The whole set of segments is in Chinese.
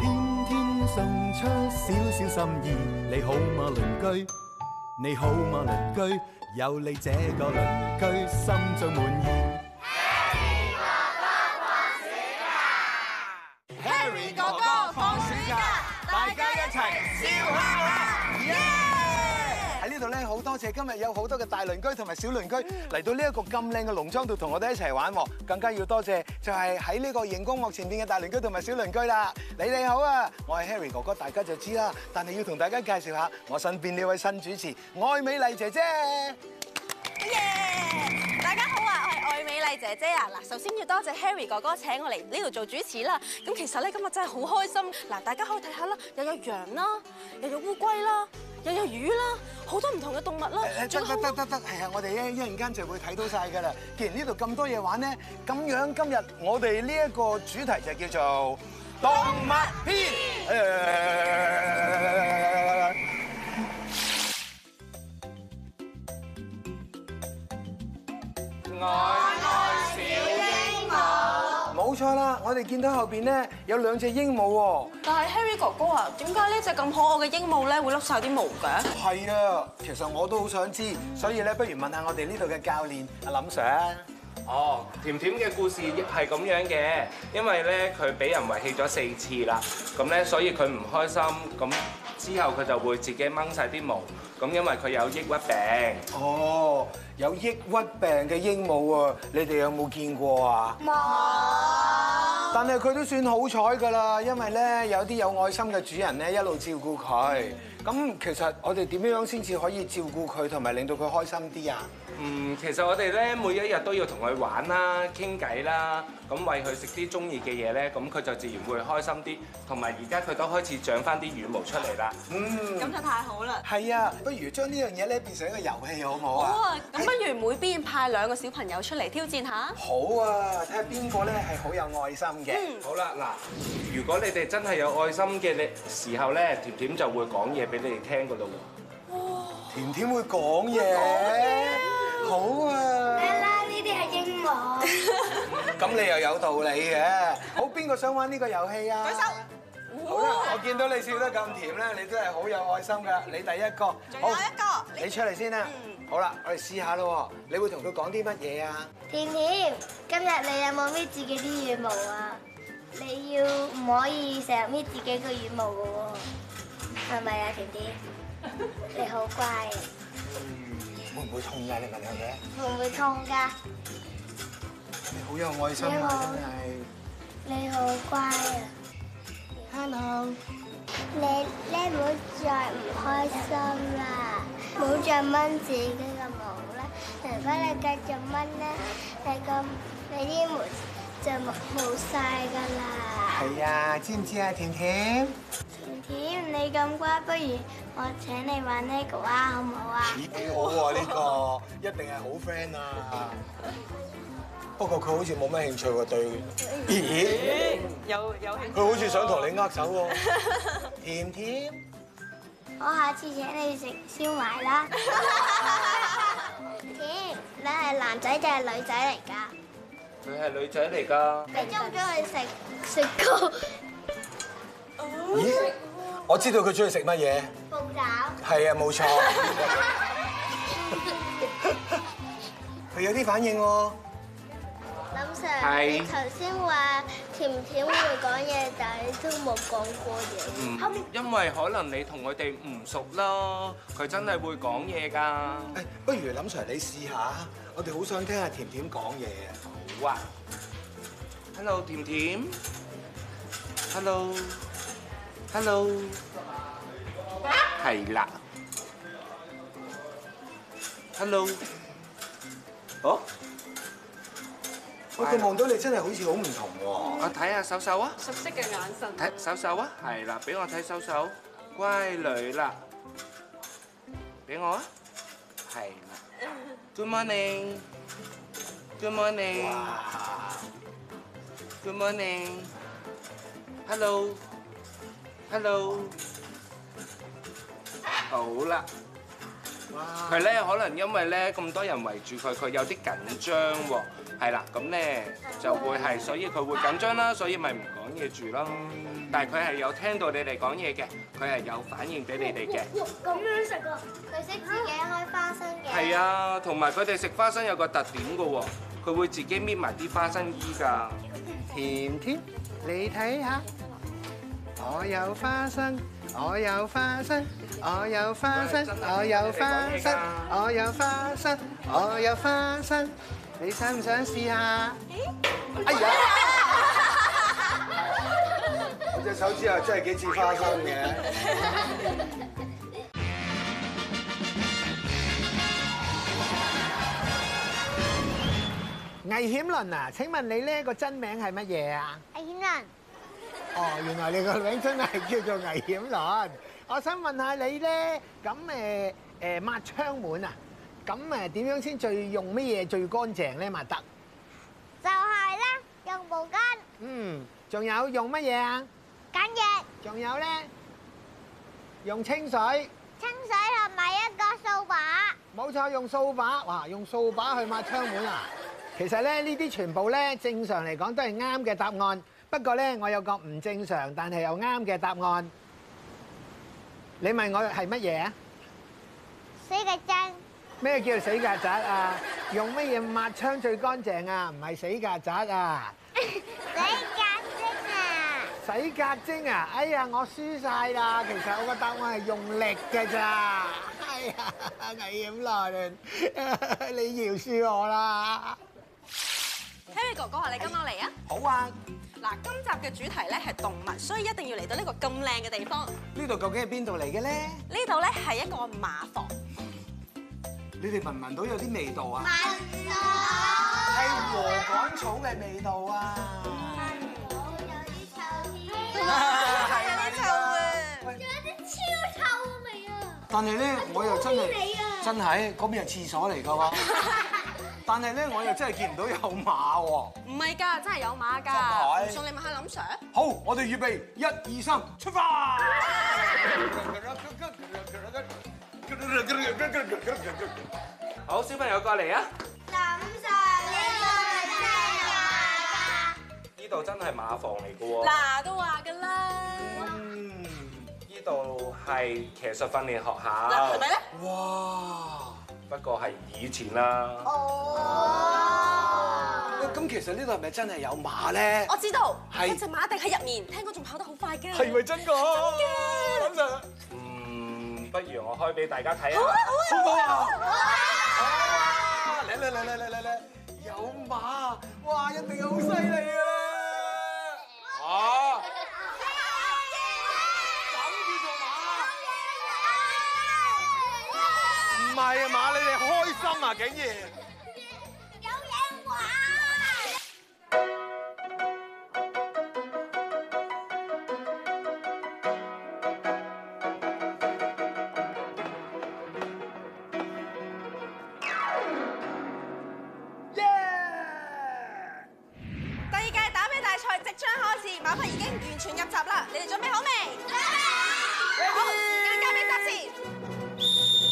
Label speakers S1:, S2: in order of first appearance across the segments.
S1: 天天送出少少心意，你好嗎鄰居？你好嗎鄰居？有你這個鄰居，心中滿意。
S2: Harry 哥哥放暑假，大家一齊笑下啦！喺呢度咧，好多謝今日有好多嘅大鄰居同埋小鄰居嚟到呢一個咁靚嘅農莊度同我哋一齊玩喎，更加要多謝就係喺呢個熒光幕前邊嘅大鄰居同埋小鄰居啦。你哋好啊，我係 Harry 哥哥，大家就知啦。但係要同大家介紹下我身邊呢位新主持愛美麗姐姐。
S3: 耶！大家好啊，我係愛美麗姐姐啊！嗱，首先要多謝 Harry 哥哥請我嚟呢度做主持啦。咁其實咧，今日真係好開心。嗱，大家可以睇下啦，又有羊啦，又有烏龜啦，又有魚啦，好多唔同嘅動物啦
S2: 誒。誒
S3: 仲有
S2: 得得得得得，係啊！我哋一一陣間就會睇到晒㗎啦。既然呢度咁多嘢玩咧，咁樣今日我哋呢一個主題就叫做動物篇。誒冇錯啦，我哋見到後邊咧有兩隻鸚鵡
S3: 但係 Harry 哥哥啊，點解呢隻咁可愛嘅鸚鵡咧會甩晒啲毛嘅？
S2: 喎。係啊，其實我都好想知，所以咧不如問下我哋呢度嘅教練阿林 Sir 啊。
S4: 哦，甜甜嘅故事係咁樣嘅，因為咧佢俾人遺棄咗四次啦，咁咧所以佢唔開心，咁之後佢就會自己掹晒啲毛，咁因為佢有抑鬱病。
S2: 哦，有抑鬱病嘅鸚鵡啊，你哋有冇見過啊？冇。但係佢都算好彩㗎啦，因為咧有啲有愛心嘅主人咧一路照顧佢。咁其實我哋點樣先至可以照顧佢，同埋令到佢開心啲啊？
S4: 嗯，其實我哋咧每一日都要同佢玩啦、傾偈啦，咁喂佢食啲中意嘅嘢咧，咁佢就自然會開心啲，同埋而家佢都開始長翻啲羽毛出嚟啦。
S3: 咁就太好啦！
S2: 係啊，不如將呢樣嘢咧變成一個遊戲好唔好
S3: 好
S2: 啊？
S3: 啊，咁不如每邊派兩個小朋友出嚟挑戰下。
S2: 好啊，睇下邊個咧係好有愛心嘅。
S4: 好啦，嗱，如果你哋真係有愛心嘅你時候咧，甜甜就會講嘢俾你哋聽㗎咯喎。
S2: 甜甜會講嘢，啊好啊。 咁你又有道理嘅。好，邊個想玩呢個遊戲啊？舉手。好啦，我見到你笑得咁甜咧，你真係好有愛心㗎。你第一個，嗯好，
S3: 個
S2: 你出嚟先啦。好啦，我哋試下咯喎。你會同佢講啲乜嘢啊？
S5: 甜甜，今日你有冇搣自己啲羽毛啊？你要唔可以成日搣自己個羽毛噶喎？係咪啊，甜甜？你好乖啊，
S2: 嗯會唔會痛㗎？你問下佢。
S5: 會唔會痛㗎？
S2: 你好有愛心啊，真係。
S5: 你好乖啊！Hello，你咧唔好再唔開心啦，唔好再掹自己嘅毛啦。如果你繼續掹咧，你個你啲毛就冇冇曬㗎啦。
S2: 係啊，知唔知啊，甜甜？
S5: 甜甜，你咁乖，不如我請你玩呢個啊，好唔好啊？
S2: 咦，幾好喎呢個，一定係好 friend 啊。不過佢好似冇乜興趣喎對。咦？
S6: 有有興趣
S2: 佢好似想同你握手喎。甜甜。
S5: 我下次請你食燒賣 啦。甜，你係男仔定係女仔嚟㗎？
S4: 佢係女仔嚟㗎。
S5: 你中唔中意食雪糕、
S2: 咦，我知道佢中意食乜嘢，
S5: 布爪？
S2: 係啊，冇錯。佢有啲反應喎，
S5: 林 Sir，
S4: 係
S5: 你頭先話甜甜會講嘢，但係你都冇講過嘢。
S4: 嗯，因為可能你同佢哋唔熟咯，佢真係會講嘢㗎。
S2: 誒哎不如林 Sir 你試下，我哋好想聽下甜甜講嘢啊！
S4: 好啊，Hello 甜甜，Hello，Hello，係啦，Hello，哦
S2: 喂，佢望到你真係好似好唔同喎。
S4: 我睇下手手啊，
S3: 熟悉嘅眼神。
S4: 睇手手啊，係啦，俾我睇手手，乖女啦，俾我啊，係啦，Good morning，Good morning，Good
S2: 哇！
S4: morning，Hello，Hello。好啦，
S2: 哇！
S4: 佢咧可能因為咧咁多人圍住佢，佢有啲緊張喎，係啦，咁咧就會係，所以佢會緊張啦，所以咪唔講嘢住咯。但係佢係有聽到你哋講嘢嘅，佢係有反應俾你哋嘅。
S5: 咁樣食啊！佢識自己開花生嘅。
S4: 係。啊，同埋佢哋食花生有個特點嘅喎，佢會自己搣埋啲花生衣㗎。
S2: 甜甜，你睇下，哎我有花生，我有花生，我有花生，我有花生，我有花生，我有花生，你想唔想試下？哎呀！我隻手指啊，真係幾似花生嘅。
S6: 危險論啊！請問你呢個真名係乜嘢啊？
S5: 阿顯倫，
S6: 哦，原來你個名真係叫做危險論。我想問下你咧，咁誒誒抹窗門啊，咁誒點樣先最用乜嘢最乾淨咧抹得？
S5: 就係啦，用毛巾、
S6: 嗯，仲有用乜嘢啊？
S5: 緊液、
S6: 仲有咧，用清水，
S5: 清水同埋一個掃把。
S6: 冇錯，用掃把，哇，用掃把去抹窗門啊！其實咧，呢啲全部咧正常嚟講都係啱嘅答案。不過咧，我有個唔正常但係又啱嘅答案。你問我係乜嘢啊？
S5: 死嘅真，
S6: 咩叫死曱甴啊？用乜嘢抹窗最乾淨啊？唔係死曱甴啊！
S5: 死嘅精啊！
S6: 洗曱精啊！哎呀，我輸晒啦！其實我個答案係用力嘅咋。哎呀，危險來人，你饒恕我啦！
S3: Harry 哥哥話你今晚嚟啊！
S2: 好啊，
S3: 嗱，今集嘅主題咧係動物，所以一定要嚟到呢個咁靚嘅地方。呢
S2: 呢度究竟係邊度嚟嘅咧？
S3: 度咧係一個馬房，
S2: 你哋聞唔聞到有啲味道啊？
S5: 萬
S2: 係
S5: 歲！
S2: 禾稈草嘅味道啊！
S3: 有啲臭啊！
S5: à.
S2: 但係咧，我啊又真係真係嗰邊係廁所嚟㗎喎。 但係咧，我又真係見唔到有馬喎。
S3: 唔係㗎，真係有馬
S2: 真
S3: 㗎，
S2: 係
S3: 唔信你問下林 Sir。
S2: 好，我哋預備一二三，出發！
S4: 好，小朋友過嚟啊！
S5: à.
S4: 呢度真係馬房嚟嘅喎，
S3: 嗱，都話㗎啦，
S2: 嗯，
S4: 呢度係騎術訓練學
S3: 嗱係咪
S4: 校，
S3: 咧？
S2: 哇！
S4: 不過係以前啦。
S2: 喂咁其實呢度係咪真係有馬咧？
S3: 我知道，
S2: 係
S3: 一隻馬一定喺入面，聽講仲跑得好快㗎。
S2: 係咪真㗎？
S3: 真
S2: 真㗎！
S4: 嗯，不如我開俾大家睇下。
S2: 好唔好啊？哇！嚟嚟嚟嚟嚟嚟嚟，有馬，哇！一定好犀利啊！啊！等住做馬，唔係啊馬，你哋開心啊，竟然！
S3: 第二屆打比大賽即將開始，馬匹已經完全入閘啦，你哋準備好未？準備好，時間交俾執事。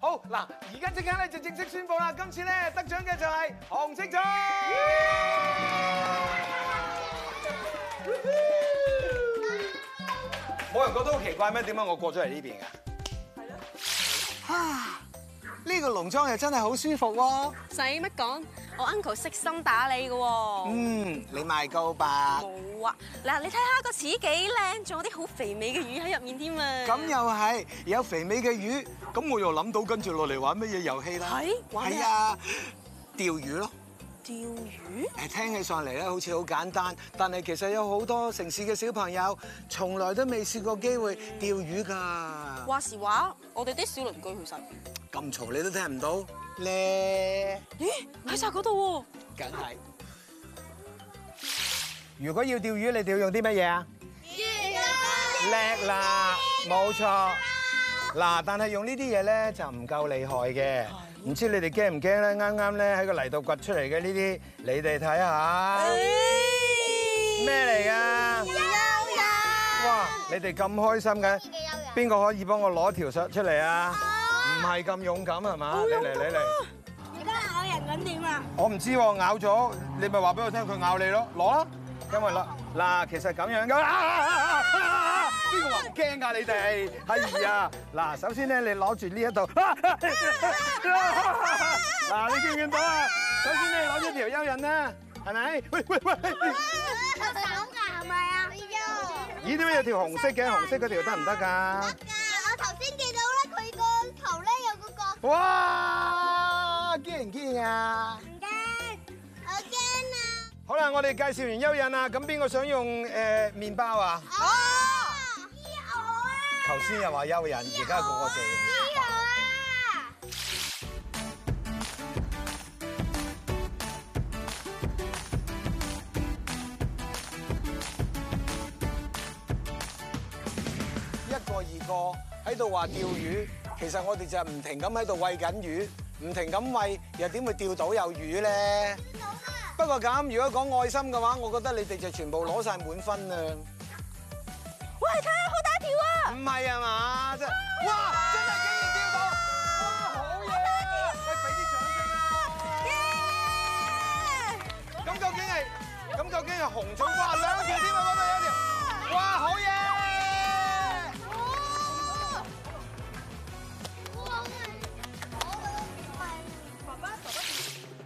S2: 好嗱，而家即刻咧就正式宣布啦！今次咧得獎嘅就係韓星仔。冇人覺得好奇怪咩？點解我過咗嚟呢邊㗎？係咯。啊！呢個農莊又真係好舒服喎。
S3: 使乜講？我 uncle 悉心打理嘅喎。
S2: 嗯，你賣夠吧？
S3: 冇啊！嗱，你睇下個齒幾靚，仲有啲好肥美嘅魚喺入面添啊！
S2: 咁又係有肥美嘅魚，咁我又諗到跟住落嚟玩乜嘢遊戲啦？
S3: 係玩咩
S2: 係啊，釣魚咯。
S3: 釣魚？
S2: 誒聽起上嚟咧，好似好簡單，但係其實有好多城市嘅小朋友，從來都未試過機會釣魚㗎。
S3: 話時話，我哋啲小鄰居其實，
S2: 咁嘈你都聽唔到咧，
S3: 咦喺晒嗰度喎！
S2: 梗係。
S6: 如果要釣魚，你哋要用啲乜嘢啊？
S2: 叻啦，冇錯。嗱，但係用呢啲嘢咧就唔夠厲害嘅。唔知你哋驚唔驚咧？啱啱咧喺個泥度掘出嚟嘅呢啲，你哋睇下咩嚟㗎？哇！你哋咁開心嘅，邊個可以幫我攞條索出嚟啊？唔係咁勇敢係嘛？你嚟你嚟，我唔知喎，咬咗你咪話俾我聽，佢咬你咯，攞啦，因為啦嗱，其實咁樣㗎。啊啊啊啊啊邊個話唔驚㗎？你哋係呀！嗱，首先咧，你攞住呢一度，啊啊啊嗱，你見唔見到啊？首先咧，攞咗條蚯蚓啦，係咪？喂喂喂！
S5: à.
S2: 咦，點解有條紅色嘅？紅色嗰條得唔得㗎？
S5: Ờ,
S2: 哇！驚唔驚啊？
S5: Ờ, à.
S2: 好啦，我哋介紹完蚯蚓啦，咁邊個想用誒麵包啊？
S5: Ờ.
S2: 頭先又話蚯蚓，而家個個就用。一個二個喺度話釣魚，其實我哋就係唔停咁喺度餵緊魚，唔停咁餵，又點會釣到有魚咧？不過咁，如果講愛心嘅話，我覺得你哋就全部攞晒滿分啦。
S3: 喂，睇下好大條啊！
S2: 唔係啊嘛，真哇，真係竟然釣到，哇，好嘢啊！喂，俾啲掌聲啊！咁究竟係，咁究竟係紅種哇，兩條添啊，嗰度有一條，哇，好嘢！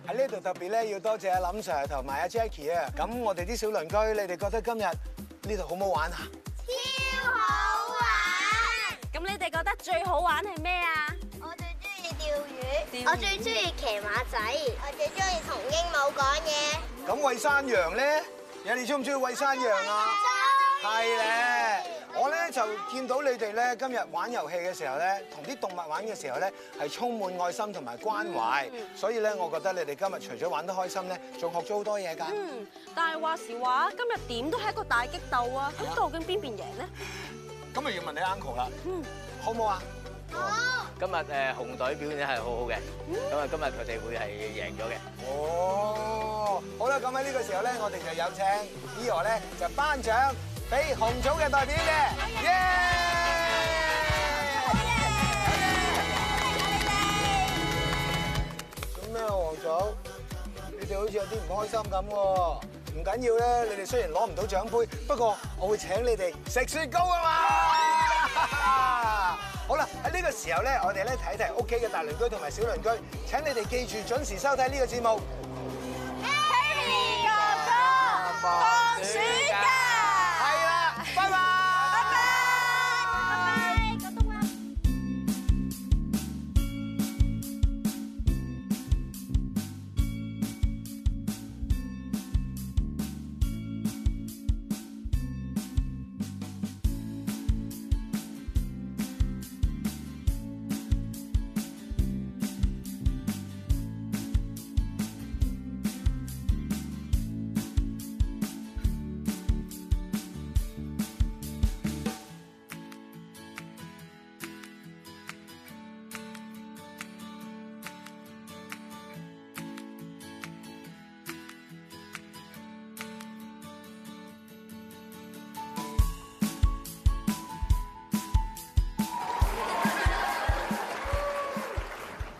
S2: 喺呢度特別咧，要多謝阿林 Sir 同埋阿 Jackie 啊！咁我哋啲小鄰居，你哋覺得今日呢度好唔好玩啊？
S5: 超好玩！
S3: 咁你哋覺得最好玩係咩啊？
S5: 我最中意釣
S3: 釣魚
S5: 魚，我最中意騎馬仔，我最中意同鸚鵡講嘢。
S2: 咁喂山羊咧，有你中唔中意喂山羊啊？係咧，我咧就見到你哋咧今日玩遊戲嘅時候咧，同啲動物玩嘅時候咧，係充滿愛心同埋關懷，所以咧，我覺得你哋今日除咗玩得開心咧，仲學咗好多嘢㗎。
S3: 嗯，但係話時話，今日點都係一個大激鬥啊！咁究竟邊邊贏呢？
S2: 咁咪要問你 uncle 啦，好唔好啊？
S7: 今日誒紅隊表現係好好嘅，咁啊今日佢哋會係贏咗嘅。
S2: 哦，好啦，咁喺呢個時候咧，我哋就有請 Eo 咧就頒獎俾紅組嘅代表嘅，耶！咁咩啊，黃組，你哋好似有啲唔開心咁喎。唔緊要咧，你哋雖然攞唔到獎杯，不過我會請你哋食雪糕啊嘛！ 好啦，喺呢個時候咧，我哋咧睇睇屋企嘅大鄰居同埋小鄰居，請你哋記住準時收睇呢個節目。
S5: Harry 哥
S2: 放
S5: 哥暑假，
S2: 係啦，拜拜。
S5: 拜拜，廣東話。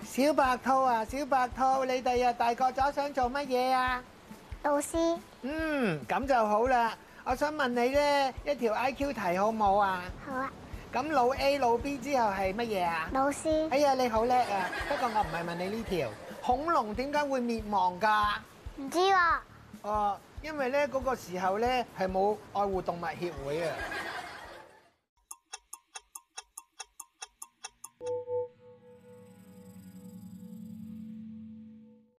S6: 小白兔啊，小白兔，你第日大個咗想做乜嘢啊？
S5: 老師，
S6: 嗯，咁就好啦。我想問你咧，一條 IQ 題好冇啊？
S5: 好啊，
S6: 咁老 A 老 B 之後係乜嘢啊？
S5: 老師，
S6: 哎呀，你好叻啊！不過我唔係問你呢條，恐龍點解會滅亡㗎？
S5: 唔知喎，
S6: 啊，因為咧嗰個時候咧係冇愛護動物協會啊，